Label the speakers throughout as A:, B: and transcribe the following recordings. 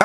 A: อ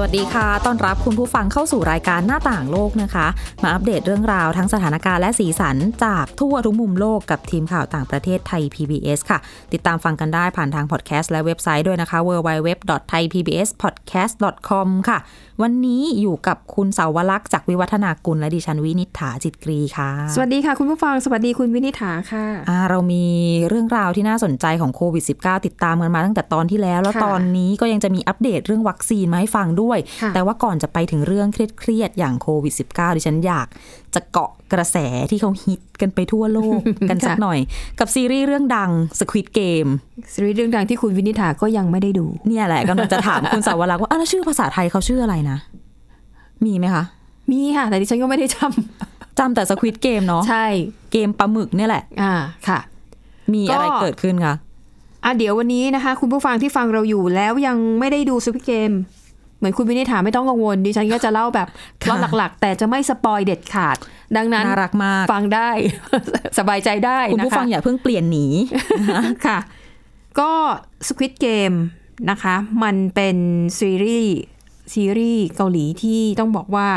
B: สวัสดีค่ะ ต้อนรับคุณผู้ฟังเข้าสู่รายการหน้าต่างโลกนะคะ มาอัปเดตเรื่องราวทั้งสถานการณ์และสีสันจากทั่วทุกมุมโลกกับทีมข่าวต่างประเทศไทย PBS ค่ะ ติดตามฟังกันได้ผ่านทางพอดแคสต์และเว็บไซต์ด้วยนะคะ www.thaipbspodcast.com ค่ะ วันนี้อยู่กับคุณเสาวลักษณ์จากวิวัฒนากุลและดิฉันวินิษฐาจิตกรีค่ะ
C: สวัสดีค่ะ คุณผู้ฟัง สวัสดีคุณวินิษฐาค่ะ
B: อ่าเรามีเรื่องราวที่น่าสนใจของโควิด -19 ติดตามกันมาตั้งแต่ตอนที่แล้ว แล้ว
C: ค่ะ
B: ตอนนี้ก็ยังจะมีอัปเดตเรื่องวัคซีนมาให้ฟังด้วย
C: ค่ะ
B: แต่ว่าก่อนจะไปถึงเรื่องเครียดๆอย่างโควิด -19 ดิฉันอยากจะเกาะกระแสที่เขาฮิตกันไปทั่วโล ก กันสักหน่อย กับซีรีส์เรื่องดัง Squid Game
C: ซีรีส์เรื่องดังที่คุณวินิษฐาก็ยังไม่ได้ดู
B: เนี่ยแหละกำลังจะถาม คุณสาวรักษ์ว่าอ้าวแล้วชื่อภาษาไทยเขาชื่ออะไรนะ มีไหมคะ
C: มีค่ะ แต่ดิฉันก็ไม่ได้จ
B: จำแต่ Squid Game เนาะ
C: ำใช่
B: เกมปลาหมึกเนี่ยแหละ
C: อ่า ค่ะ
B: มีอะไร
C: ก็
B: เกิดขึ้นคะ
C: อ่ะเดี๋ยววันนี้นะคะ คุณผู้ฟังที่ฟังเราอยู่แล้วยังไม่ได้ดูซูเปอร์เกม เหมือนคุณวินิษฐาไม่ต้องกังวล ดิฉันก็จะเล่า แบบรอนหลักๆ แต่จะไม่สปอยเด็ดขาด ดังนั้น
B: น่ารักมาก
C: ฟังได้ สบายใจได้
B: คุณ
C: นะ
B: ผู้
C: คะ
B: ฟังอย่าเพิ่งเปลี่ยน หนี
C: ค่ะ ก็ Squid Game นะคะ มันเป็นซีรีส์ซีรีส์เกาหลีที่ต้องบอกว่า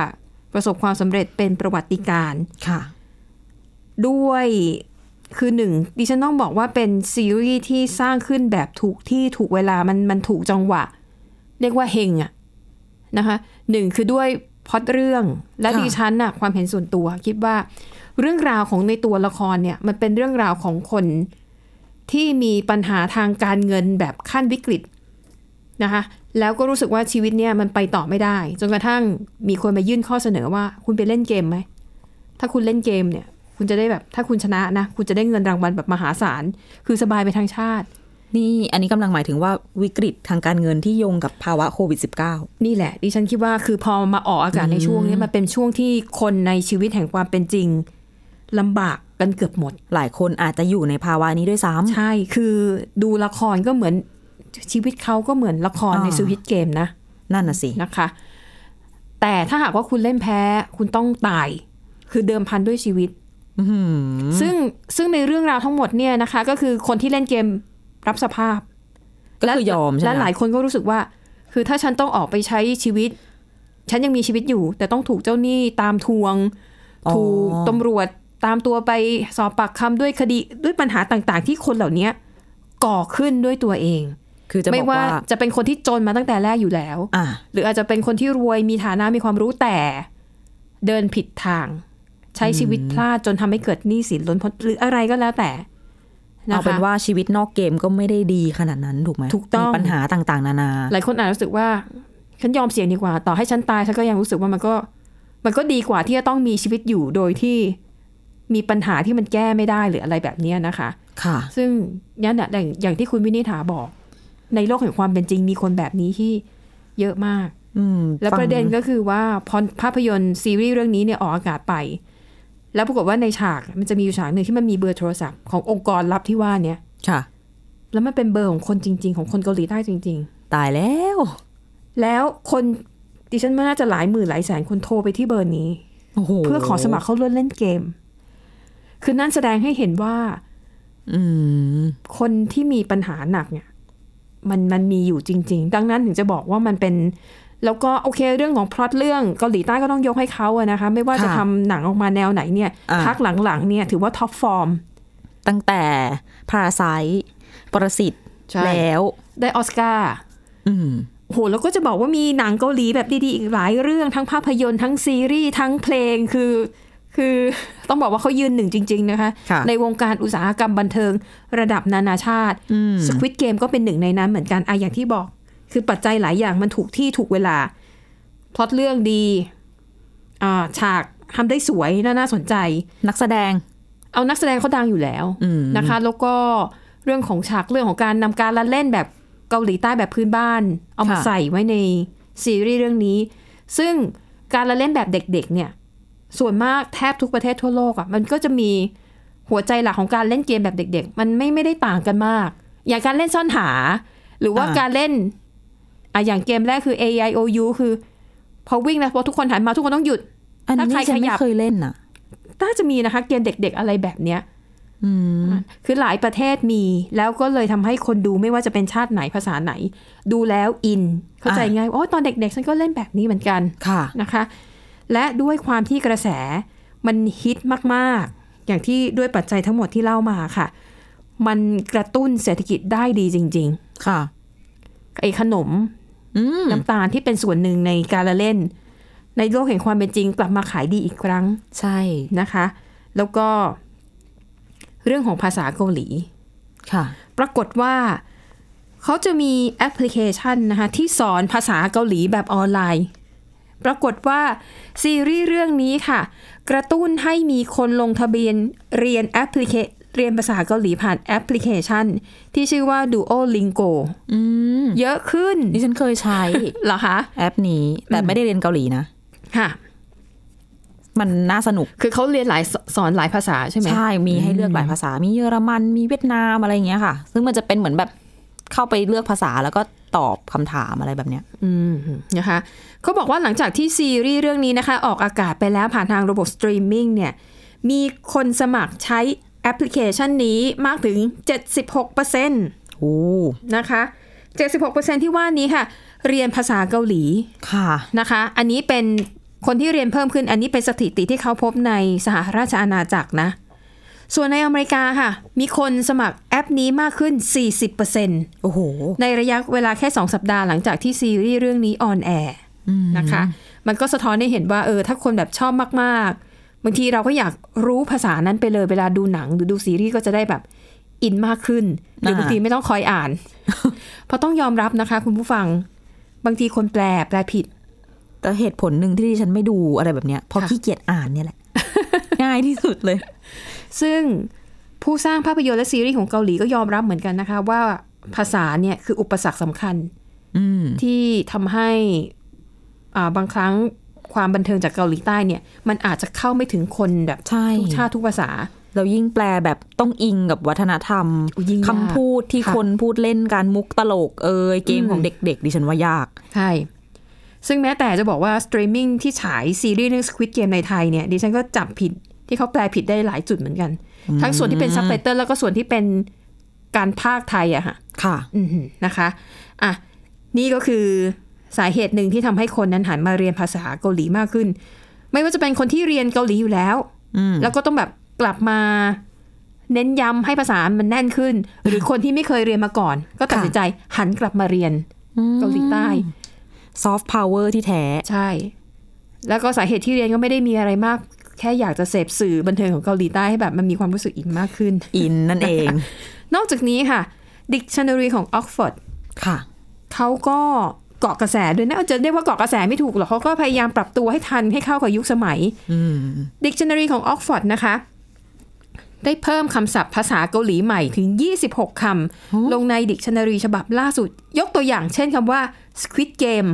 C: ประสบความสำเร็จเป็นประวัติการณ์
B: ค่ะ
C: ด้วยคือหนึ่งดิฉันต้องบอกว่าเป็นซีรีส์ที่สร้างขึ้นแบบถูกที่ถูกเวลามันมันถูกจังหวะ เรียกว่าเฮงอะนะคะหนึ่งคือด้วยพล็อดเรื่องและ
B: ค่ะ
C: ดิฉันน่ะความเห็นส่วนตัว คิดว่าเรื่องราวของในตัวละครเนี่ยมันเป็นเรื่องราวของคน ที่มีปัญหาทางการเงินแบบขั้นวิกฤตนะคะ แล้วก็รู้สึกว่าชีวิตเนี่ยมันไปต่อไม่ได้ จนกระทั่งมีคนมายื่นข้อเสนอว่า คุณไปเล่นเกมไหม ถ้าคุณเล่นเกมเนี่ย คุณจะได้แบบถ้าคุณชนะนะ คุณจะได้เงินรางวัลแบบมหาศาล คือสบายไปทางชาติ
B: นี่อันนี้กำลังหมายถึงว่าวิกฤตทางการเงินที่โยงกับภาวะโควิด
C: นี่แหละ ดิฉันคิดว่าคือพอมาออกอากาศในช่วงเนี้มันเป็นช่วงที่คนในชีวิตแห่งความเป็นจริงลำบากกันเกือบหมด
B: -19 หลายคนอาจจะอยู่ในภาวะนี้ด้วยซ้ำ
C: ใช่ คือดูละครก็เหมือนชีวิตเขาก็เหมือนละครใน
B: อ่า
C: สวิตเกมนะ
B: นั่นน่ะสิ
C: นะคะ แต่ถ้าหากว่าคุณเล่นแพ้คุณต้องตาย คือเดิมพันด้วยชีวิต
B: อื้อหือ
C: ซึ่งซึ่งในเรื่องราวทั้งหมดเนี่ยนะคะ ก็คือคนที่เล่นเกมรับสภาพ
B: ก็คือยอมใช่ไหม
C: และหลายคนก็รู้สึกว่า คือถ้าฉันต้องออกไปใช้ชีวิต ฉันยังมีชีวิตอยู่ แต่ต้องถูกเจ้าหนี้ตามทวง
B: อ๋อ
C: ถูกตำรวจตามตัวไปสอบปากคำด้วยคดีด้วยปัญหาต่างๆ ที่คนเหล่านี้ก่อขึ้นด้วยตัวเอง
B: คือจะบ
C: ไม่
B: อก
C: ว่า
B: ว่า
C: จะเป็นคนที่จนมาตั้งแต่แรกอยู่แล้ว
B: อ่ะ
C: หรืออาจจะเป็นคนที่รวยมีฐานะมีความรู้แต่เดินผิดทาง ใช้ชีวิตพลาดจนทำให้เกิดหนี้สินล้นพ้นหรืออะไรก็แล้วแต่นะ
B: เอาเป็น
C: คะ
B: ว่าชีวิตนอกเกมก็ไม่ได้ดีขนาดนั้นถูกไหม
C: ถูกต้อง
B: มีปัญหาต่างๆ นานา
C: หลายคนอาจรู้สึกว่า ฉันยอมเสี่ยงดีกว่า ต่อให้ฉันตายฉันก็ยังรู้สึกว่ามันก็ มันก็ดีกว่าที่จะต้องมีชีวิตอยู่โดยที่มีปัญหาที่มันแก้ไม่ได้หรืออะไรแบบเนี้ยนะคะ
B: ค่ะ
C: ซึ่งเนี่ยนะอย่างอย่างที่คุณวินิษฐาบอก ในโลกแห่งความเป็นจริงมีคนแบบนี้ที่เยอะมาก
B: อืม
C: แล้ว
B: ฟัง
C: ประเด็นก็คือว่าพอภาพยนตร์ซีรีส์เรื่องนี้เนี่ยออกอากาศไป แล้วปรากฏว่าในฉากมันจะมีอยู่ฉากหนึ่งที่มันมีเบอร์โทรศัพท์ขององค์กรลับที่ว่าเนี่ย
B: ค่ะ
C: แล้วมันเป็นเบอร์ของคนจริง ๆ ของคนเกาหลีใต้จริง
B: ตายแล้ว
C: ๆ แล้วคนดิฉันว่าน่าจะหลายหมื่นหลายแสนคนโทรไปที่เบอร์นี้
B: โอ้โห
C: เพื่อขอสมัครเข้าร่วมเล่นเกม คือนั่นแสดงให้เห็นว่า
B: อืม
C: คนที่มีปัญหาหนักเนี่ยมันมันมีอยู่จริง ๆ ดังนั้นถึงจะบอกว่ามันเป็น แล้วก็โอเคเรื่องของพล็อตเรื่องเกาหลีใต้ก็ต้องยกให้เขาอะนะคะ ไม่ว่าจะ
B: ค่ะ
C: ทำหนังออกมาแนวไหนเนี่ย
B: อ่า
C: พักหลังๆเนี่ยถือว่าท็อปฟอร์ม
B: ตั้งแต่พาราไซประสิทธิ์
C: ใช่
B: แล้ว
C: ได้ออสการ์
B: อืม
C: โหแล้วก็จะบอกว่ามีหนังเกาหลีแบบดีๆ อีกหลายเรื่องทั้งภาพยนตร์ทั้งซีรีส์ทั้งเพลงคือ คือ ต้องบอกว่าเขายืนหนึ่งจริง ๆ นะคะ
B: ค่ะ
C: ในวงการอุตสาหกรรมบันเทิงระดับนานาชาติ
B: อืม
C: สควิตเกมก็เป็นหนึ่งในนั้นเหมือนกันอะอย่างที่บอก คือปัจจัยหลายอย่างมันถูกที่ถูกเวลาพล็อตเรื่องดีอ่าฉากทำได้สวยน่าน่าสนใจ
B: นักแสดง
C: เอานักแสดงเขาดังอยู่แล้ว
B: อืม
C: นะคะ แล้วก็เรื่องของฉากเรื่องของการนำการละเล่นแบบเกาหลีใต้แบบพื้นบ้าน เอามา
B: ค่ะ
C: ใส่ไว้ในซีรีส์เรื่องนี้ ซึ่งการละเล่นแบบเด็กๆเนี่ย ส่วนมากแทบทุกประเทศทั่วโลกอะ่ะมันก็จะมีหัวใจหลักของการเล่นเกมแบบเด็ก ๆ มันไม่ไม่ได้ต่างกันมาก อย่างการเล่นซ่อนหา หรือว่า
B: อ่า
C: การเล่น อ่ะอย่างเกมแรกคือ A I O U คือ พอวิ่งนะพอทุกคนหันมาทุกคนต้องหยุด
B: อันนี้
C: ถ้าใคร
B: ฉัน
C: ขยั
B: ไม่
C: บ
B: เคยเล่นน่ะ
C: น่าจะมีนะคะ เกมเด็ก ๆ อะไรแบบเนี้ย
B: อืม
C: คือหลายประเทศมีแล้วก็เลยทำให้คนดูไม่ว่าจะเป็นชาติไหนภาษาไหน ดูแล้วอิน เข้าใจ
B: อ่ะ
C: ง่ายว่าโอ้ตอนเด็ก ๆ ฉันก็เล่นแบบนี้เหมือนกัน
B: ค่ะ
C: นะคะและด้วยความที่กระแสมันฮิตมากๆ อย่างที่ด้วยปัจจัยทั้งหมดที่เล่ามาค่ะ มันกระตุ้นเศรษฐกิจได้ดีจริง
B: ค่ะ
C: ๆไอ้ขนม
B: อืม
C: น้ำตาลที่เป็นส่วนหนึ่งในการละเล่น ในโลกแห่งความเป็นจริงกลับมาขายดีอีกครั้ง
B: ใช่
C: นะคะ แล้วก็เรื่องของภาษาเกาหลี
B: ค่ะ
C: ปรากฏว่าเขาจะมีแอปพลิเคชันนะคะที่สอนภาษาเกาหลีแบบออนไลน์ ปรากฏว่าซีรีส์เรื่องนี้ค่ะ กระตุ้นให้มีคนลงทะเบียนเรียนแอปพลิเคเรียนภาษาเกาหลีผ่านแอปพลิเคชัน ที่ชื่อว่า Duolingo
B: อืม
C: เยอะขึ้น
B: นี่ฉันเคยใช้
C: เหรอคะ
B: แอปนี้ แต่ไม่ได้เรียนเกาหลีนะ
C: ค่ะ
B: มันน่าสนุก
C: คือเขาเรียนหลายสสอนหลายภาษาใช่ไหม
B: ใช่ มีให้เลือกหลายภาษา มีเยอรมัน มีเวียดนามอะไรอย่างเงี้ยค่ะ ซึ่งมันจะเป็นเหมือนแบบเข้าไปเลือกภาษาแล้วก็ตอบคำถามอะไรแบบเนี้ย
C: อืมนะคะเขาบอกว่าหลังจากที่ซีรีส์เรื่องนี้นะคะ ออกอากาศไปแล้วผ่านทางระบบสตรีมมิ่งเนี่ย มีคนสมัครใช้แอปพลิเคชันนี้มากถึง 76%น
B: โอ้
C: ะคะ 76%ที่ว่านี้ค่ะ เรียนภาษาเกาหลี
B: ค่ะ
C: นะคะ อันนี้เป็นคนที่เรียนเพิ่มขึ้น อันนี้เป็นสถิติที่เขาพบในสหราชอาณาจักรนะ ส่วนในอเมริกาค่ะ มีคนสมัครแอปนี้มากขึ้น 40%
B: โอ้โห
C: ในระยะเวลาแค่ 2 สัปดาห์หลังจากที่ซีรีส์เรื่องนี้ออนแอร์นะคะ มันก็สะท้อนให้เห็นว่าเออถ้าคนแบบชอบมากๆ บางทีเราก็อยากรู้ภาษานั้นไปเลยเวลาดูหนังหรือดูซีรีส์ก็จะได้แบบอินมากขึ้น หรือ
B: อ่า
C: บางทีไม่ต้องคอยอ่าน เพราะต้องยอมรับนะคะ คุณผู้ฟัง บางทีคนแปลแปลผิด
B: แต่เหตุผลหนึ่งที่ดิฉันไม่ดูอะไรแบบเนี้ยเพราะ
C: ค่ะ
B: ขี้เกียจอ่านเนี่ยแหละ ง่ายที่สุดเลย
C: ซึ่งผู้สร้างภาพยนตร์และซีรีส์ของเกาหลีก็ยอมรับเหมือนกันนะคะ ว่าภาษาเนี่ยคืออุปสรรคสำคัญ
B: อืม
C: ที่ทำให้อ่าบางครั้งความบันเทิงจากเกาหลีใต้เนี่ย มันอาจจะเข้าไม่ถึงคนแบบ
B: ใช่
C: ทุกชาติทุกภาษา
B: เรายิ่งแปลแบบต้องอิงกับวัฒนธรรม
C: อุ๊ยยิ่งยาก
B: คำพูดที่
C: ค่ะ
B: คนพูดเล่นการมุกตลกเอยเกม
C: อืม
B: ของเด็กๆดิฉันว่ายาก
C: ใช่ซึ่งแม้แต่จะบอกว่าสตรีมมิ่งที่ฉายซีรีส์เรื่อง Squid Game ในไทยเนี่ยดิฉันก็จับผิดที่เขาแปลผิดได้หลายจุดเหมือนกัน ทั้งส่วนที่เป็นซับไตเติลแล้วก็ส่วนที่เป็นการภาคไทยอะค่ะ
B: ค่ะ
C: อืมนะคะอ่ะนี่ก็คือสาเหตุหนึ่งที่ทำให้คนนั้นหันมาเรียนภาษาเกาหลีมากขึ้น ไม่ว่าจะเป็นคนที่เรียนเกาหลีอยู่แล้ว
B: อืม
C: แล้วก็ต้องแบบกลับมาเน้นย้ำให้ภาษามันแน่นขึ้น หรือคนที่ไม่เคยเรียนมาก่อน ก็ตัดสินใจหันกลับมาเรียนเกาหลีใต้
B: ซอฟต์พาวเวอร์ที่แท้
C: ใช่ แล้วก็สาเหตุที่เรียนก็ไม่ได้มีอะไรมาก แค่อยากจะเสพสื่อบันเทิงของเกาหลีใต้ให้แบบมันมีความรู้สึกอินมากขึ้น
B: อิน นั่นเอง
C: นอกจากนี้ค่ะดิกชันนารีของออกฟอร์ด
B: ค่ะ
C: เขาก็เกาะกระแสด้วยนะเอาจะเรียกว่าเกาะกระแสไม่ถูกหรอกเขาก็พยายามปรับตัวให้ทันให้เข้ากับยุคสมัย
B: อืม
C: Dictionary ของ Oxford นะคะ ได้เพิ่มคำศัพท์ภาษาเกาหลีใหม่ถึง 26 คำ ลงใน Dictionary ฉบับล่าสุด ยกตัวอย่างเช่นคำว่า Squid Game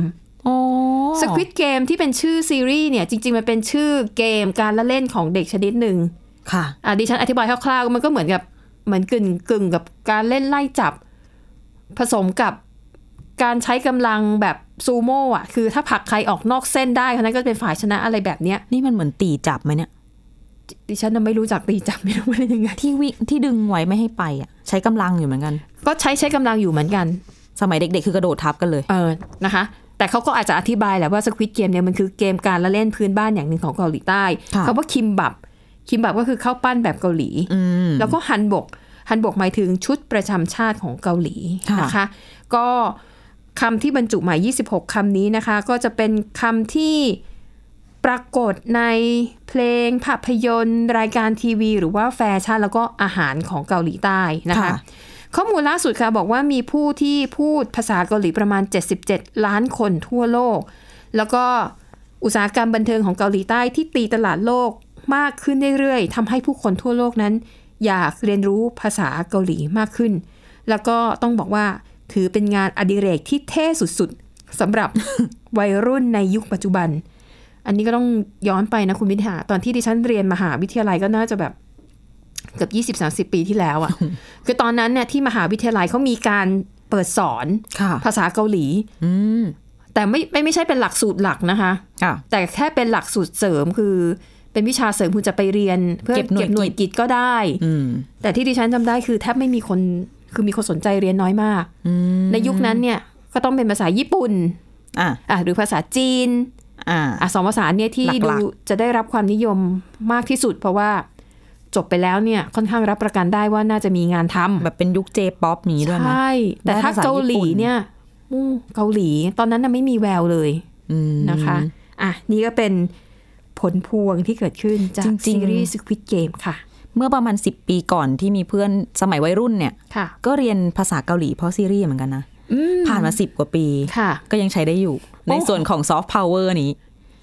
B: อ๋อ
C: Squid Game ที่เป็นชื่อซีรีส์เนี่ย จริง ๆ มันเป็นชื่อเกมการละเล่นของเด็กชนิดหนึ่ง
B: ค่ะ
C: อ่ะดิฉันอธิบายคร่าวๆ มันก็เหมือนกับเหมือนกึ่งกึ่งกับการเล่นไล่จับ ผสมกับการใช้กำลังแบบซูโม่อ่ะ คือถ้าผลักใครออกนอกเส้นได้คนนั้นก็เป็นฝ่ายชนะอะไรแบบเนี้ย
B: นี่มันเหมือนตีจับไหมเนี่ย
C: ดิฉันน่ะไม่รู้จักตีจับไม่รู้ว่าเป็นยังไง
B: ที่วิที่ดึงไว้ไม่ให้ไปอ่ะ ใช้กำลังอยู่เหมือนกัน
C: ก็ใช้ใช้กำลังอยู่เหมือนกัน
B: สมัยเด็กๆ คือกระโดดทับกันเลย
C: เออนะคะ แต่เขาก็อาจจะอธิบายแหละว่าสควิตเกมเนี่ยมันคือเกมการละเล่นพื้นบ้านอย่างหนึ่งของเกาหลีใต้
B: ค่ะ
C: คำว่าคิมบับ คิมบับก็คือข้าวปั้นแบบเกาหลี
B: อืม
C: แล้วก็ฮันบก ฮันบกหมายถึงชุดประจำชาติของเกาหลี
B: ค่ะ
C: นะคะ ก็คำที่บรรจุหมาย 26 คำนี้นะคะ ก็จะเป็นคำที่ปรากฏในเพลงภาพยนตร์ รายการทีวี หรือว่าแฟชั่น แล้วก็อาหารของเกาหลีใต้นะคะ ข้อมูลล่าสุดค่ะบอกว่ามีผู้ที่พูดภาษาเกาหลีประมาณ 77 ล้านคนทั่วโลก แล้วก็อุตสาหกรรมบันเทิงของเกาหลีใต้ที่ตีตลาดโลกมากขึ้นเรื่อยๆทำให้ผู้คนทั่วโลกนั้น อยากเรียนรู้ภาษาเกาหลีมากขึ้น แล้วก็ต้องบอกว่าถือเป็นงานอดิเรกที่เท่สุดๆสำหรับ วัยรุ่นในยุคปัจจุบัน อันนี้ก็ต้องย้อนไปนะคุณวิทยาตอนที่ดิฉันเรียนมหาวิทยาลัยก็น่าจะแบบ เกือบยี่สิบสาสิบปีที่แล้วอะ่ะ คือตอนนั้นเนี่ยที่มหาวิทยาลัยเขามีการ เปิดสอน
B: ค่ะ
C: ภาษาเกาหลี
B: อืม
C: แต่ไม่ไม่ไม่ใช่เป็นหลักสูตรหลักนะคะ
B: ค่ะ
C: แต่แค่เป็นหลักสูตรเสริมคือ เป็นวิชาเสริมคุณจะไปเรียน เพื่อ
B: เก็บหน่วย
C: กิจก็ได้
B: อืม
C: แต่ที่ดิฉันจำได้คือแทบไม่มีคนคือมีคนสนใจเรียนน้อยมาก
B: อืม
C: ในยุคนั้นเนี่ยก็ต้องเป็นภาษาญี่ปุ่น
B: อ่ะ
C: อ่ะหรือภาษาจีน
B: อ่า
C: อ่ะสองภาษาเนี่ยที่
B: หลั
C: ดู
B: ก
C: จะได้รับความนิยมมากที่สุด เพราะว่าจบไปแล้วเนี่ยค่อนข้างรับประกันได้ว่าน่าจะมีงานทำ
B: แบบเป็นยุคเจป๊อปนี้ด้วยนะ
C: ใช่ แต่
B: ได้
C: ถ้า
B: ภาษา
C: เกาห
B: ญี่
C: ลี
B: ปุ่น
C: เนี่ยอู้เกาหลี ตอนนั้นน่ะไม่มีแววเลย
B: อืม
C: นะคะอ่ะนี่ก็เป็นผลพวงที่เกิดขึ้นจาก
B: จริ
C: ซี
B: งๆ
C: รีส์ Squid Game ค่ะ
B: เมื่อประมาณ 10 ปีก่อนที่มีเพื่อนสมัยวัยรุ่นเนี่ย
C: ค่ะ
B: ก็เรียนภาษาเกาหลีเพราะซีรีส์เหมือนกันนะ
C: อืม
B: ผ่านมา 10 กว่าปี
C: ค่ะ
B: ก็ยังใช้ได้อยู่ ในส่วนของซอฟต์พาวเวอร์นี้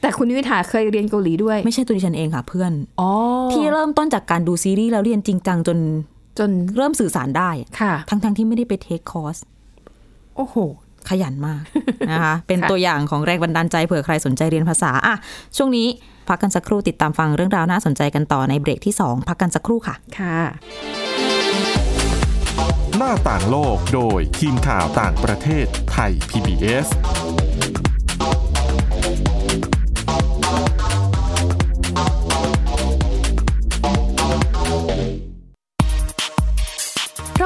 C: แต่คุณวิถาเคยเรียนเกาหลีด้วย
B: ไม่ใช่ตัวดิฉันเองค่ะเพื่อน
C: อ๋อ
B: ที่เริ่มต้นจากการดูซีรีส์แล้วเรียนจริงจังจน
C: จน
B: เริ่มสื่อสารได้อะ
C: ค่ะ
B: ทั้งๆที่ไม่ได้ไปเทคคอร์ส
C: โอ้โห
B: ขยันมาก นะคะ เป็น
C: ค่ะ
B: ตัวอย่างของแรงบันดาลใจเผื่อใครสนใจเรียนภาษาอ่ะช่วงนี้พักกันสักครู่ติดตามฟังเรื่องราวน่าสนใจกันต่อในเบรกที่ 2 พักกันสักครู่ค่ะ
C: ค่ะ
A: หน้าต่างโลกโดยทีมข่าวต่างประเทศไทย PBS
D: เพรา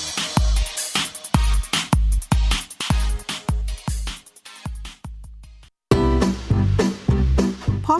E: พบ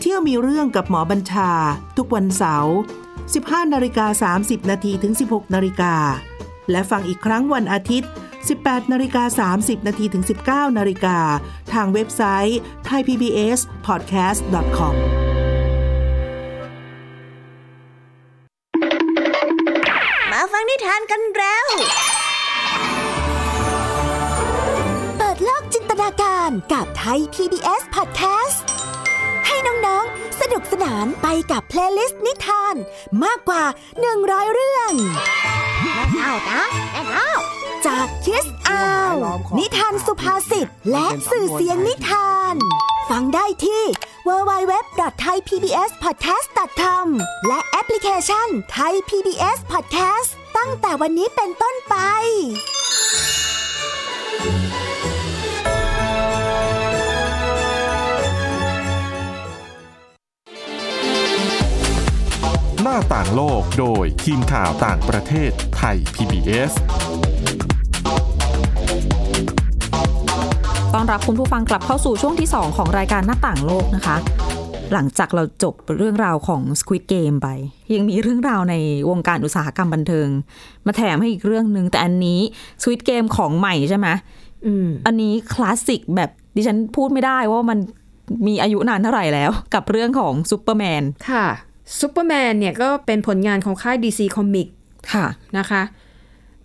E: เที่ยวมีเรื่องกับหมอบัญชา ทุกวันเสาร์ 15 นาฬิกา 30 นาทีถึง 16 นาฬิกา และฟังอีกครั้งวันอาทิตย์ 18 นาฬิกา 30 นาทีถึง 19 นาฬิกา ทางเว็บไซต์ thaipbspodcast.com
F: มาฟังนิทานกันแล้ว เปิดโลกจินตนาการกับไทย PBS Podcast ให้น้องๆ สนุกสนานไปกับเพลย์ลิสต์นิทาน มากกว่า 100 เรื่องเอานะเอาจากคิสอาว นิทานสุภาษิตและสื่อเสียงนิทาน ฟังได้ที่ www.thaipbspodcast.com และแอปพลิเคชัน Thai PBS Podcast ตั้งแต่วันนี้เป็นต้นไป
A: หน้าต่างโลกโดยทีมข่าวต่างประเทศไทย PBS
B: ตอนรับคุณผู้ฟังกลับเข้าสู่ช่วงที่ 2 ของรายการหน้าต่างโลกนะคะ หลังจากเราจบเรื่องราวของ Squid Game ไป ยังมีเรื่องราวในวงการอุตสาหกรรมบันเทิง มาแถมให้อีกเรื่องหนึ่งแต่อันนี้ Squid Game ของใหม่ใช่ไหม
C: อืม
B: อันนี้คลาสสิกแบบดิฉันพูดไม่ได้ว่ามันมีอายุนานเท่าไหร่แล้ว กับเรื่องของซูเปอร์แมน
C: ค่ะซูเปอร์แมนเนี่ยก็เป็นผลงานของค่าย DC Comic
B: ค่ะ
C: นะคะ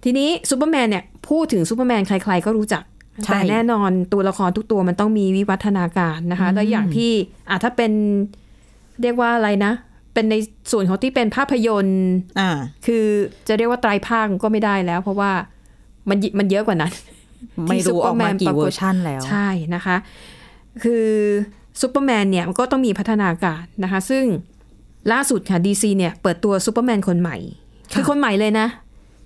C: ทีนี้ซูเปอร์แมนเนี่ยพูดถึงซูเปอร์แมนใครๆก็รู้จัก
B: ใช่
C: แต่แน่นอนตัวละครทุกตัวมันต้องมีวิวัฒนาการนะคะ แล้วอย่างที่อ่ะถ้าเป็นเรียกว่าอะไรนะ เป็นในส่วนของที่เป็นภาพยนตร์
B: อ่า
C: คือจะเรียกว่าไตรภาคก็ไม่ได้แล้ว เพราะว่ามันยิมันเยอะกว่านั้น
B: ไม่
C: ที่
B: รู้ออกมากี่
C: ซูป
B: เวอ
C: ฏ
B: ร์ชันแล้ว
C: ใช่นะคะ คือซูเปอร์แมนเนี่ยมันก็ต้องมีพัฒนาการนะคะ ซึ่งล่าสุดค่ะ DC เนี่ยเปิดตัวซูเปอร์แมนคนใหม่ คือคนใหม่เลยนะ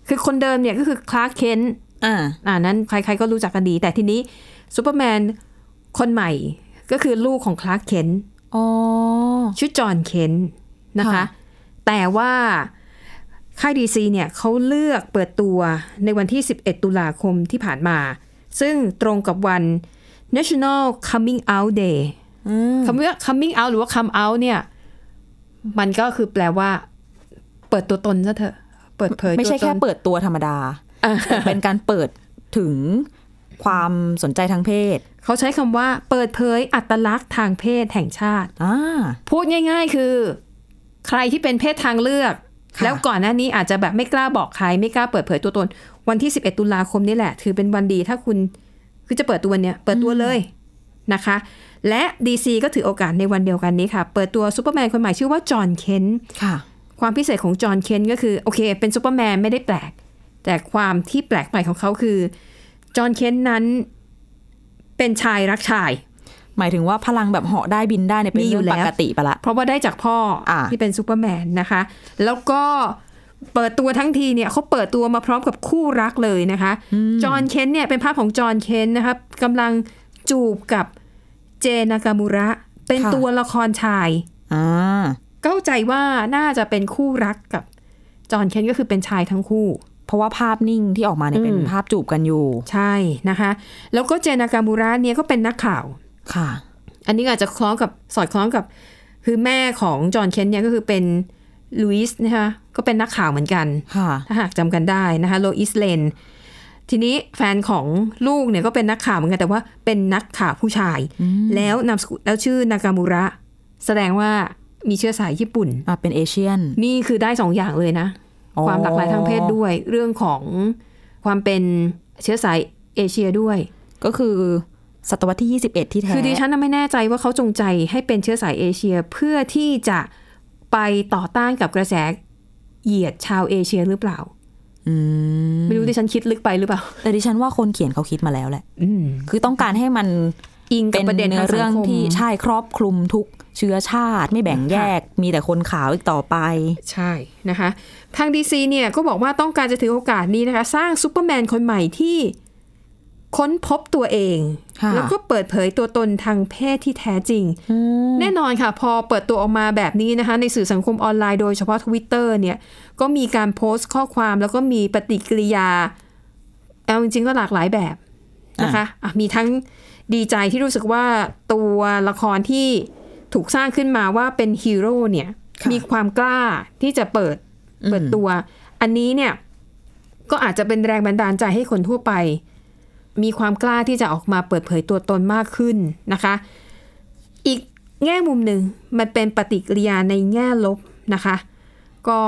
C: คือคนเดิมเนี่ยก็คือคลาร์กเคน
B: อ่า
C: อ่านั้นใครๆก็รู้จักกันดี แต่ทีนี้ซูเปอร์แมนคนใหม่ก็คือลูกของคลาร์กเคน
B: อ๋อ
C: ชื่อจอห์นเคนนะคะ
B: ค่ะ
C: แต่ว่าค่ายดีซีเนี่ยเขาเลือกเปิดตัวในวันที่ 11 ตุลาคมที่ผ่านมา ซึ่งตรงกับวัน National Coming Out Day คำว่า coming out หรือว่า come out เนี่ย มันก็คือแปลว่า เปิดตัวตนซะเถอะ เปิดเผย
B: ไม่ใช่
C: ตัวตน
B: แค่เปิดตัวธรรม ดา
C: อ่ะ
B: เป็นการเปิดถึงความสนใจทางเพศ
C: เขาใช้คำว่า เปิดเผยอัตลักษณ์ทางเพศแห่งชาติ
B: อ่า
C: พูดง่าย ๆ คือ ใครที่เป็นเพศทางเลือก
B: ค่ะ
C: แล้วก่อนหน้านี้อาจจะแบบไม่กล้าบอกใคร ไม่กล้าเปิดเผยตัวตน วันที่ 11 ตุลาคมนี่แหละ ถือเป็นวันดีถ้าคุณคือจะเปิดตัวเนี่ย เปิดตัวเลยนะคะ และ DC ก็ถือโอกาสในวันเดียวกันนี้ค่ะ เปิดตัวซูเปอร์แมนคนใหม่ชื่อว่าจอห์นเคน
B: ค่ะ
C: ความพิเศษของจอห์นเคนก็คือ โอเคเป็นซูเปอร์แมนไม่ได้แปลก แต่ความที่แปลกใหม่ของเขาคือจอห์นเคนนั้นเป็นชายรักชาย
B: หมายถึงว่าพลังแบบเหาะได้บินได้เนี่ยเป็น
C: มีอยู่
B: เรื่องป
C: แล้ว
B: กติไปละ
C: เพราะว่าได้จากพ่ออา ที่เป็นซูเปอร์แมนนะคะ แล้วก็เปิดตัวทั้งทีเนี่ยเขาเปิดตัวมาพร้อมกับคู่รักเลยนะคะ จอห์นเคนเนี่ยเป็นภาพของจอห์นเคนนะคะกำลังจูบกับเจนากามูระ เป็นตัวละครชาย
B: อ่า
C: เข้าใจว่าน่าจะเป็นคู่รักกับจอห์นเคนก็คือเป็นชายทั้งคู่
B: เพราะว่าภาพนิ่งที่ออกมาเนี่ยเป็นภาพจูบกันอยู่
C: ใช่นะคะ แล้วก็เจนากามูระเนี่ยก็เป็นนักข่าว
B: ค่ะ
C: อันนี้ก็อาจจะคล้องกับสอดคล้องกับ คือแม่ของจอห์นเคนเนี่ยก็คือเป็นลุยส์นะคะก็เป็นนักข่าวเหมือนกัน
B: ค่ะ
C: ถ้าหากจำกันได้นะคะโลอิสเลน ทีนี้แฟนของลูกเนี่ยก็เป็นนักข่าวเหมือนกันแต่ว่าเป็นนักข่าวผู้ชาย แล้วนามสกุลแล้วชื่อนากามูระ แสดงว่ามีเชื้อสายญี่ปุ่น
B: อ่าเป็นเอเชียน
C: นี่คือได้สองอย่างเลยนะ
B: อ๋อ
C: ความหลากหลายทางเพศด้วย เรื่องของความเป็นเชื้อสายเอเชียด้วย
B: ก็คือศตวรรษที่ 21 ที่แท้
C: คือดิฉันน่ะไม่แน่ใจว่าเขาจงใจให้เป็นเชื้อสายเอเชียเพื่อที่จะไปต่อต้านกับกระแสเหยียดชาวเอเชียหรือเปล่า
B: อืม
C: ไม่รู้ดิฉันคิดลึกไปหรือเปล่า
B: แต่ดิฉันว่าคนเขียนเขาคิดมาแล้วแหละ
C: อืม
B: คือต้องการให้มัน
C: อิงกับประเด็น
B: เนื้อ
C: ทา
B: ง
C: สั
B: เรื่อง
C: งคม
B: ที่ใช่ครอบคลุมทุกเชื้อชาติ ไม่แบ่งแยก มีแต่คนขาวอีกต่อไป
C: ใช่นะคะ ทางดีซีเนี่ยก็บอกว่าต้องการจะถือโอกาสนี้นะคะ สร้างซูเปอร์แมนคนใหม่ที่ค้นพบตัวเอง
B: ค่ะ
C: แล้วก็เปิดเผยตัวตนทางเพศที่แท้จริง แน่นอนค่ะ พอเปิดตัวออกมาแบบนี้นะคะ ในสื่อสังคมออนไลน์โดยเฉพาะ Twitter เนี่ย ก็มีการโพสต์ข้อความแล้วก็มีปฏิกิริยา เอาจริงๆก็หลากหลายแบบนะคะอ่ะมีทั้งดีใจที่รู้สึกว่าตัวละครที่ถูกสร้างขึ้นมาว่าเป็นฮีโร่เนี่ย มีความกล้าที่จะเปิดเปิดตัว อันนี้เนี่ยก็อาจจะเป็นแรงบันดาลใจให้คนทั่วไป มีความกล้าที่จะออกมาเปิดเผยตัวตนมากขึ้นนะคะ อีกแง่มุมหนึ่งมันเป็นปฏิกิริยาในแง่ลบนะคะ ก็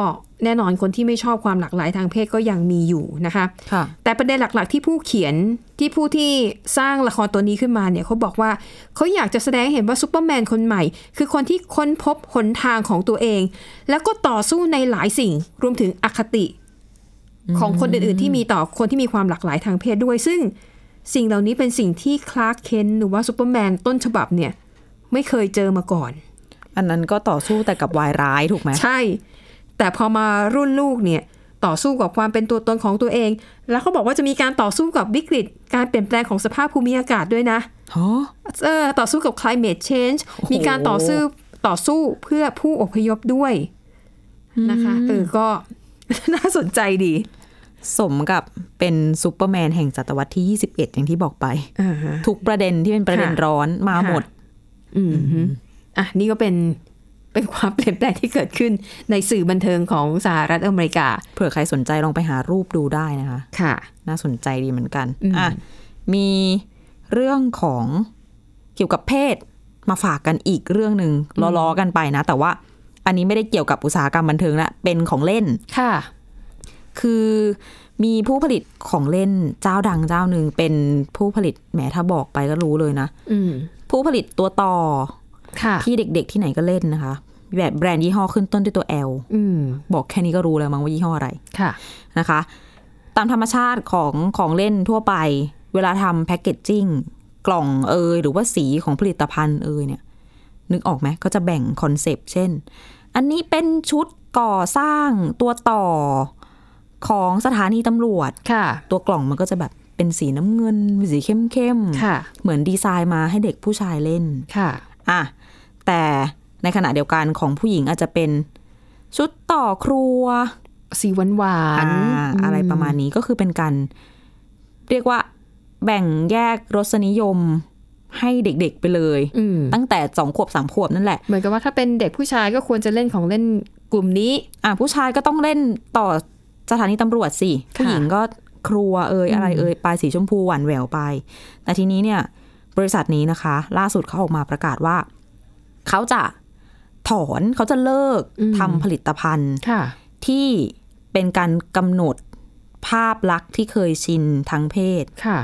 C: แน่นอนคนที่ไม่ชอบความหลากหลายทางเพศก็ยังมีอยู่นะคะ
B: ค่ะ
C: แต่ประเด็นหลักๆ ที่ผู้เขียนที่ผู้ที่สร้างละครตัวนี้ขึ้นมาเนี่ยเขาบอกว่าเขาอยากจะแสดงให้เห็นว่าซูเปอร์แมนคนใหม่ คือคนที่ค้นพบหนทางของตัวเอง แล้วก็ต่อสู้ในหลายสิ่งรวมถึงอคติ ของคนอื่นๆที่มีต่อคนที่มีความหลากหลายทางเพศด้วย ซึ่งสิ่งเหล่านี้เป็นสิ่งที่คลาร์กเคนหรือว่าซูเปอร์แมนต้นฉบับเนี่ยไม่เคยเจอมาก่อน
B: อันนั้นก็ต่อสู้แต่กับวายร้ายถูกไหม
C: ใช่ แต่พอมารุ่นลูกเนี่ยต่อสู้กับความเป็นตัวตนของตัวเอง แล้วเขาบอกว่าจะมีการต่อสู้กับวิกฤต การเปลี่ยนแปลงของสภาพภูมิอากาศด้วยนะ
B: ฮะ
C: เออต่อสู้กับ climate change
B: โอ้โห
C: มีการต่อสู้ต่อสู้เพื่อผู้อพยพด้วยนะคะเออก็ น่าสนใจดี
B: สมกับเป็นซูเปอร์แมนแห่งศตวรรษที่ 21 อย่างที่บอกไป
C: อ่าฮะ
B: ทุกประเด็นที่เป็นประเด็น
C: ค่ะ
B: ร้อนมาหมด
C: อืมฮึอ่ะนี่ก็เป็นเป็นความเปลี่ยนแปลงที่เกิดขึ้นในสื่อบันเทิงของสหรัฐอเมริกา
B: เผื่อใครสนใจลองไปหารูปดูได้นะคะ
C: ค่ะ
B: น่าสนใจดีเหมือนกัน
C: อืม
B: อ่ะมีเรื่องของเกี่ยวกับเพศมาฝากกันอีกเรื่องหนึ่งล้อๆกันไปนะ แต่ว่าอันนี้ไม่ได้เกี่ยวกับอุตสาหกรรมบันเทิงละเป็นของเล่น
C: ค่ะ
B: คือมีผู้ผลิตของเล่นเจ้าดังเจ้าหนึ่งเป็นผู้ผลิตแหมถ้าบอกไปก็รู้เลยนะ
C: อืม
B: ผู้ผลิตตัวต่อ
C: ค่ะ
B: ที่เด็กๆที่ไหนก็เล่นนะคะ แบบแบรนด์ยี่ห้อขึ้นต้นด้วยตัว L
C: อืม
B: บอกแค่นี้ก็รู้แล้วมั้งว่ายี่ห้ออะไร
C: ค่ะ
B: นะคะตามธรรมชาติของของเล่นทั่วไป เวลาทำแพคเกจจิ้งกล่องเอยหรือว่าสีของผลิตภัณฑ์เอยเนี่ยนึกออกไหมก็จะแบ่งคอนเซปต์เช่น อันนี้เป็นชุดก่อสร้างตัวต่อของสถานีตำรวจ
C: ค่ะ
B: ตัวกล่องมันก็จะแบบเป็นสีน้ำเงินเป็นสีเข้มๆ
C: ค่ะ
B: เหมือนดีไซน์มาให้เด็กผู้ชายเล่น
C: ค่ะ
B: อ่ะแต่ในขณะเดียวกันของผู้หญิงอาจจะเป็นชุดต่อครัว
C: สีหวานหวา
B: อ
C: น
B: ่า
C: ๆ
B: อะไรประมาณนี้ก็คือเป็นการ เรียกว่าแบ่งแยกรสนิยม ให้เด็กๆไปเลย
C: อืม
B: ตั้งแต่สองขวบสามขวบนั่นแหละ
C: เหมือนกับว่าถ้าเป็นเด็กผู้ชายก็ควรจะเล่นของเล่นกลุ่มนี้
B: อ่ะผู้ชายก็ต้องเล่นต่อสถานีตำรวจสิ
C: ค่ะ
B: ผู้หญิงก็ครัวเอ่ย
C: อืม
B: อะไรเอ่ยไปสีชมพูหวานแหววไป แต่ทีนี้เนี่ยบริษัทนี้นะคะ ล่าสุดเขาออกมาประกาศว่า เขาจะถอนเขาจะเลิกทำผลิตภัณฑ์
C: ค่ะ
B: ที่เป็นการกำหนดภาพลักษณ์ที่เคยชินทางเพศ
C: ค่ะ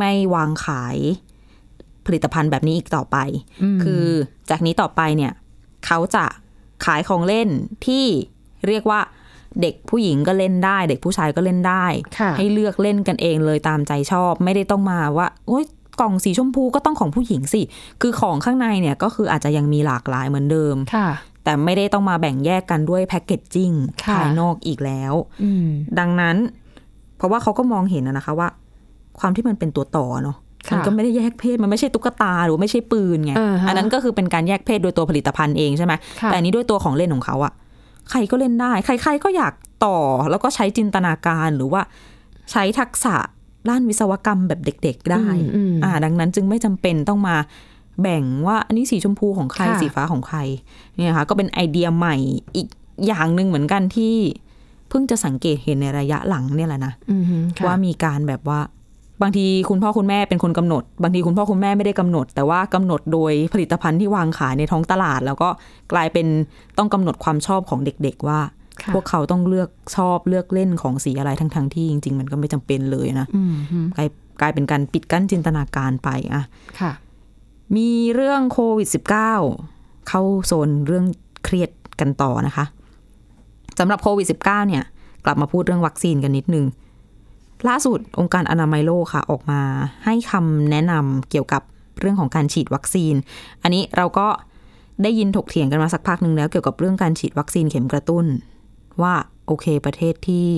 B: ไม่วางขายผลิตภัณฑ์แบบนี้อีกต่อไป
C: อืม
B: คือจากนี้ต่อไปเนี่ย เขาจะขายของเล่นที่เรียกว่าเด็กผู้หญิงก็เล่นได้ เด็กผู้ชายก็เล่นได้
C: ค่ะ
B: ให้เลือกเล่นกันเองเลยตามใจชอบ ไม่ได้ต้องมาว่าโอ๊ยกล่องสีชมพูก็ต้องของผู้หญิงสิ คือของข้างในเนี่ยก็คืออาจจะยังมีหลากหลายเหมือนเดิม
C: ค่ะ
B: แต่ไม่ได้ต้องมาแบ่งแยกกันด้วยแพ็กเกจจิ้ง
C: ค่ะ
B: ภายนอกอีกแล้ว
C: อืม
B: ดังนั้น เพราะว่าเขาก็มองเห็นนะนะคะว่า ความที่มันเป็นตัวต่อเนาะ
C: ค่ะ
B: มันก็ไม่ได้แยกเพศมันไม่ใช่ตุ๊กตาหรือไม่ใช่ปืนไง
C: อ่าฮะ
B: นนั้นก็คือเป็นการแยกเพศโดยตัวผลิตภัณฑ์เองใช่ไหม
C: ค่ะ
B: แต่อันนี้ด้วยตัวของเล่นของเขาอะใครก็เล่นได้ ใคร ๆ ก็อยากต่อแล้วก็ใช้จินตนาการหรือว่า ใช้ทักษะด้านวิศวกรรมแบบเด็ก ๆ ได้
C: อืมอืม
B: อ่า ดังนั้นจึงไม่จำเป็นต้องมาแบ่งว่าอันนี้สีชมพูของใคร
C: ค่ะ
B: สีฟ้าของใครเนี่ยค่ะก็เป็นไอเดียใหม่อีกอย่างหนึ่งเหมือนกันที่ เพิ่งจะสังเกตเห็นในระยะหลังเนี่ยแหละนะ
C: อืมค่ะ
B: ว่ามีการแบบว่า บางทีคุณพ่อคุณแม่เป็นคนกำหนด บางทีคุณพ่อคุณแม่ไม่ได้กำหนด แต่ว่ากำหนดโดยผลิตภัณฑ์ที่วางขายในท้องตลาด แล้วก็กลายเป็นต้องกำหนดความชอบของเด็ก ๆ ว่า
C: ค่ะ
B: พวกเขาต้องเลือกชอบเลือกเล่นของสีอะไรทั้งๆทที่จริง ๆ มันก็ไม่จำเป็นเลยนะ
C: อืมอืม
B: กลายกลายเป็นการปิดกั้นจินตนาการไปอะ
C: ค่ะ
B: มีเรื่องโควิด -19 เข้าโซนเรื่องเครียดกันต่อนะคะสำหรับโควิด -19 เนี่ย กลับมาพูดเรื่องวัคซีนกันนิดนึง ล่าสุดองค์การอนามัยโลกค่ะ ออกมาให้คำแนะนำเกี่ยวกับเรื่องของการฉีดวัคซีน อันนี้เราก็ได้ยินถกเถียงกันมาสักพักหนึ่งแล้ว เกี่ยวกับเรื่องการฉีดวัคซีนเข็มกระตุ้น ว่าโอเคประเทศที่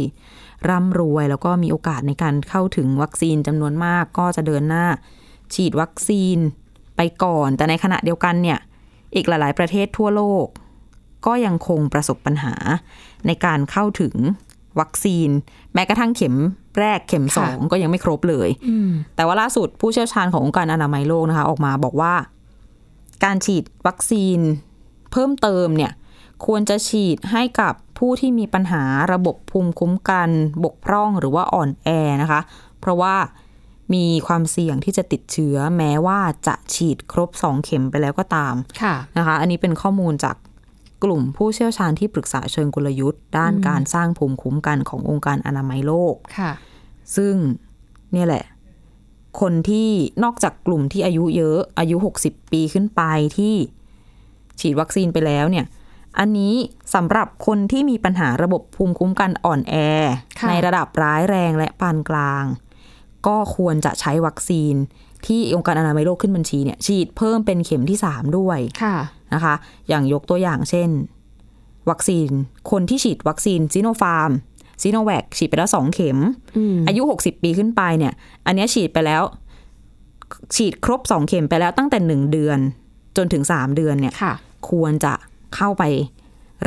B: ร่ำรวยแล้วก็มีโอกาสในการเข้าถึงวัคซีนจำนวนมากก็จะเดินหน้า ฉีดวัคซีนไปก่อน แต่ในขณะเดียวกันเนี่ย อีกหลาย ๆ ประเทศทั่วโลก ก็ยังคงประสบปัญหาในการเข้าถึงวัคซีน แม้กระทั่งเข็มแรกเข็มสองก็ยังไม่ครบเลย
C: อืม
B: แต่ว่าล่าสุดผู้เชี่ยวชาญขององค์การอนามัยโลกนะคะ ออกมาบอกว่า การฉีดวัคซีนเพิ่มเติมเนี่ย ควรจะฉีดให้กับผู้ที่มีปัญหาระบบภูมิคุ้มกันบกพร่องหรือว่าอ่อนแอนะคะ เพราะว่ามีความเสี่ยงที่จะติดเชื้อแม้ว่าจะฉีดครบ 2 เข็มไปแล้วก็ตาม
C: ค่ะ
B: นะคะอันนี้เป็นข้อมูลจากกลุ่มผู้เชี่ยวชาญที่ปรึกษาเชิงกลยุทธ์ ด้านการสร้างภูมิคุ้มกันขององค์การอนามัยโลก
C: ค่ะ
B: ซึ่งเนี่ยแหละ คนที่นอกจากกลุ่มที่อายุเยอะอายุ 60 ปีขึ้นไปที่ฉีดวัคซีนไปแล้วเนี่ย อันนี้สำหรับคนที่มีปัญหาระบบภูมิคุ้มกันอ่อนแอ
C: ค่ะ
B: ในระดับร้ายแรงและปานกลาง ก็ควรจะใช้วัคซีน ที่องค์การอนามัยโลกขึ้นบัญชีเนี่ยฉีดเพิ่มเป็นเข็มที่ 3 ด้วย
C: ค่ะ
B: นะคะอย่างยกตัวอย่างเช่น วัคซีน คนที่ฉีดวัคซีนซิโนฟาร์มซิโนแวคฉีดไปแล้วสองเข็ม
C: อืม
B: อายุ 60 ปีขึ้นไปเนี่ย อันเนี้ยฉีดไปแล้ว ฉีดครบ 2 เข็มไปแล้วตั้งแต่ 1 เดือน จนถึง 3 เดือนเนี่ย
C: ค่ะ
B: ควรจะเข้าไป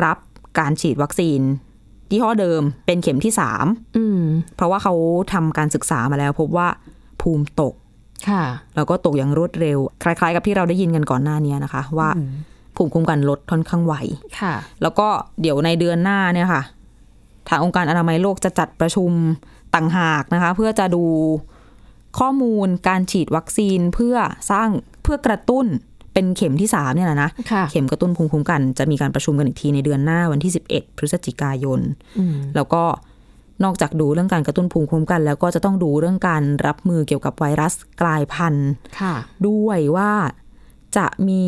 B: รับการฉีดวัคซีนยี่ห้อเดิมเป็นเข็มที่
C: อืม
B: 3 เพราะว่าเขาทำการศึกษามาแล้ว พบว่าภูมิตก
C: ค่ะ
B: แล้วก็ตกอย่างรวดเร็ว คล้ายๆ กับที่เราได้ยินกันก่อนหน้านี้นะคะ ว่าภูมิคุ้มกันลดค่อนข้างไว
C: ค่ะ
B: แล้วก็เดี๋ยวในเดือนหน้าเนี่ยค่ะ ทางองค์การอนามัยโลกจะจัดประชุมต่างหากนะคะ เพื่อจะดูข้อมูลการฉีดวัคซีนเพื่อสร้างเพื่อกระตุ้นเป็นเข็มที่สามเนี่ยแหละนะ
C: ค่ะ
B: เข็มกระตุ้นภูมิคุ้มกันจะมีการประชุมกันอีกทีในเดือนหน้าวันที่ 11 พฤศจิกายน
C: อืม
B: แล้วก็นอกจากดูเรื่องการกระตุ้นภูมิคุ้มกัน แล้วก็จะต้องดูเรื่องการรับมือเกี่ยวกับไวรัสกลายพันธุ์
C: ค่ะ
B: ด้วยว่าจะมี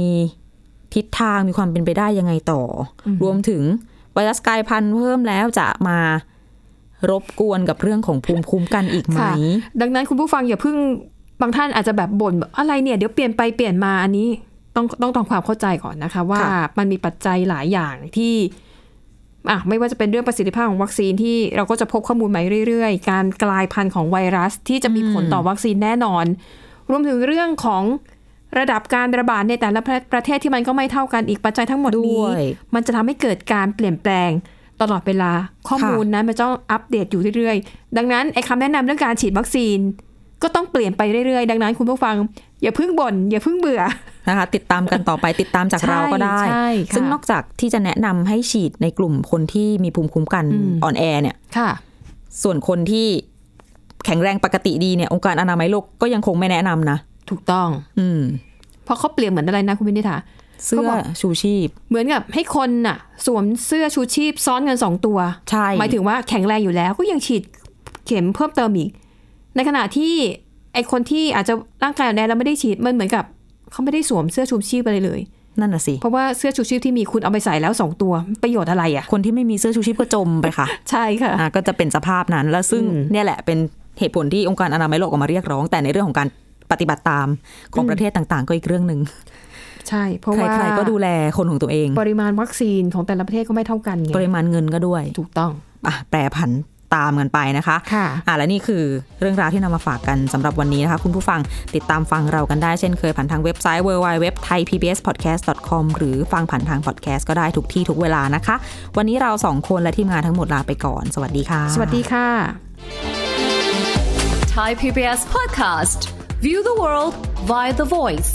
B: ทิศทางมีความเป็นไปได้ยังไงต่ออรวมถึงไวรัสกลายพันธุ์เพิ่มแล้วจะมารบกวนกับเรื่องของภูมิคุ้มกันอีกไหม
C: ค่ะ ดังนั้นคุณผู้ฟังอย่าเพิ่ง บางท่านอาจจะแบบบ่นแบบอะไรเนี่ย เดี๋ยวเปลี่ยนไปเปลี่ยนมาอันนี้ต้องต้องทำความเข้าใจก่อนนะคะ ว่า
B: ค่ะ
C: มันมีปัจจัยหลายอย่างที่อ่ะไม่ว่าจะเป็นเรื่องประสิทธิภาพของวัคซีนที่เราก็จะพบข้อมูลใหม่เรื่อยๆ การกลายพันธุ์ของไวรัสที่จะมีผลต่อวัคซีนแน่นอน รวมถึงเรื่องของระดับการระบาดในแต่ละประประเทศที่มันก็ไม่เท่ากันอีกปัจจัยทั้งหมด
B: ด้
C: นี้
B: วย
C: มันจะทำให้เกิดการเปลี่ยนแปลงตลอดเวลาข้อมูลนะมันจะต้องอัปเดตอยู่เรื่อยๆ ดังนั้นไอ้คำแนะนำเรื่องการฉีดวัคซีน ก็ต้องเปลี่ยนไปเรื่อยๆ ดังนั้นคุณผู้ฟัง อย่าเพิ่งบน่นอย่าเพิ่งเบื่อ
B: นะคะติดตามกันต่อไปติดตามจาก
C: ใช่
B: เราก็ได้
C: ใช่ค่ะ
B: ซึ่งนอกจากที่จะแนะนำให้ฉีดในกลุ่มคนที่มีภูมิคุ้มกัน
C: อืม
B: อ่อนแอเนี่ย
C: ค่ะ
B: ส่วนคนที่แข็งแรงปกติดีเนี่ยองค์การอนามัยโลกก็ยังคงไม่แนะนำนะ
C: ถูกต้อง
B: อืม
C: เพราะเขาเปลี่ยนเหมือนอะไรนะคุณวินิธา
B: เสื้
C: เขา
B: อ
C: บอก
B: ชูชีพ
C: เหมือนกับให้คนน่ะ สวมเสื้อชูชีพซ้อนกันสองตัว
B: ใช่
C: หมายถึงว่าแข็งแรงอยู่แล้วก็ยังฉีดเข็มเพิ่มเติมอีก ในขณะที่ไอคนที่อาจจะร่างกายอ่อนแอแล้วไม่ได้ฉีดมันเหมือนกับเขาไม่ได้สวมเสื้อชูชีพอะไรเลย
B: นั่นน่ะสิ
C: เพราะว่าเสื้อชูชีพที่มีคุณเอาไปใส่แล้วสองตัวประโยชน์อะไรอ่ะ
B: คนที่ไม่มีเสื้อชูชีพก็จมไปค่ะ
C: ใช่ค่ะ
B: อ่ะก็จะเป็นสภาพนั้น แล้วซึ่ง
C: อืม
B: เนี่ยแหละเป็นเหตุผลที่องค์การอนามัยโลกออกมาเรียกร้อง แต่ในเรื่องของการปฏิบัติตามของ
C: อืม
B: ประเทศต่างๆ ก็อีกเรื่องหนึ่ง
C: ใช่เพราะ
B: ใ
C: ว่า
B: ครๆก็ดูแลคนของตัวเอง
C: ปริมาณวัคซีนของแต่ละประเทศก็ไม่เท่ากันไง
B: ปริมาณเงินก็ด้วย
C: ถูกต้อง
B: อ่ะแปรผันตามกันไปนะคะ
C: ค่ะ
B: อ่ะและนี่คือเรื่องราวที่นำมาฝากกันสำหรับวันนี้นะคะ คุณผู้ฟังติดตามฟังเรากันได้เช่นเคยผ่านทางเว็บไซต์ www.thaipbspodcast.com หรือฟังผ่านทางพอดแคสต์ก็ได้ทุกที่ทุกเวลานะคะ วันนี้เราสองคนและทีมงานทั้งหมดลาไปก่อน สวัสดีค่ะ
C: สวัสดีค่ะ
G: Thai PBS podcast. View the world via the voice.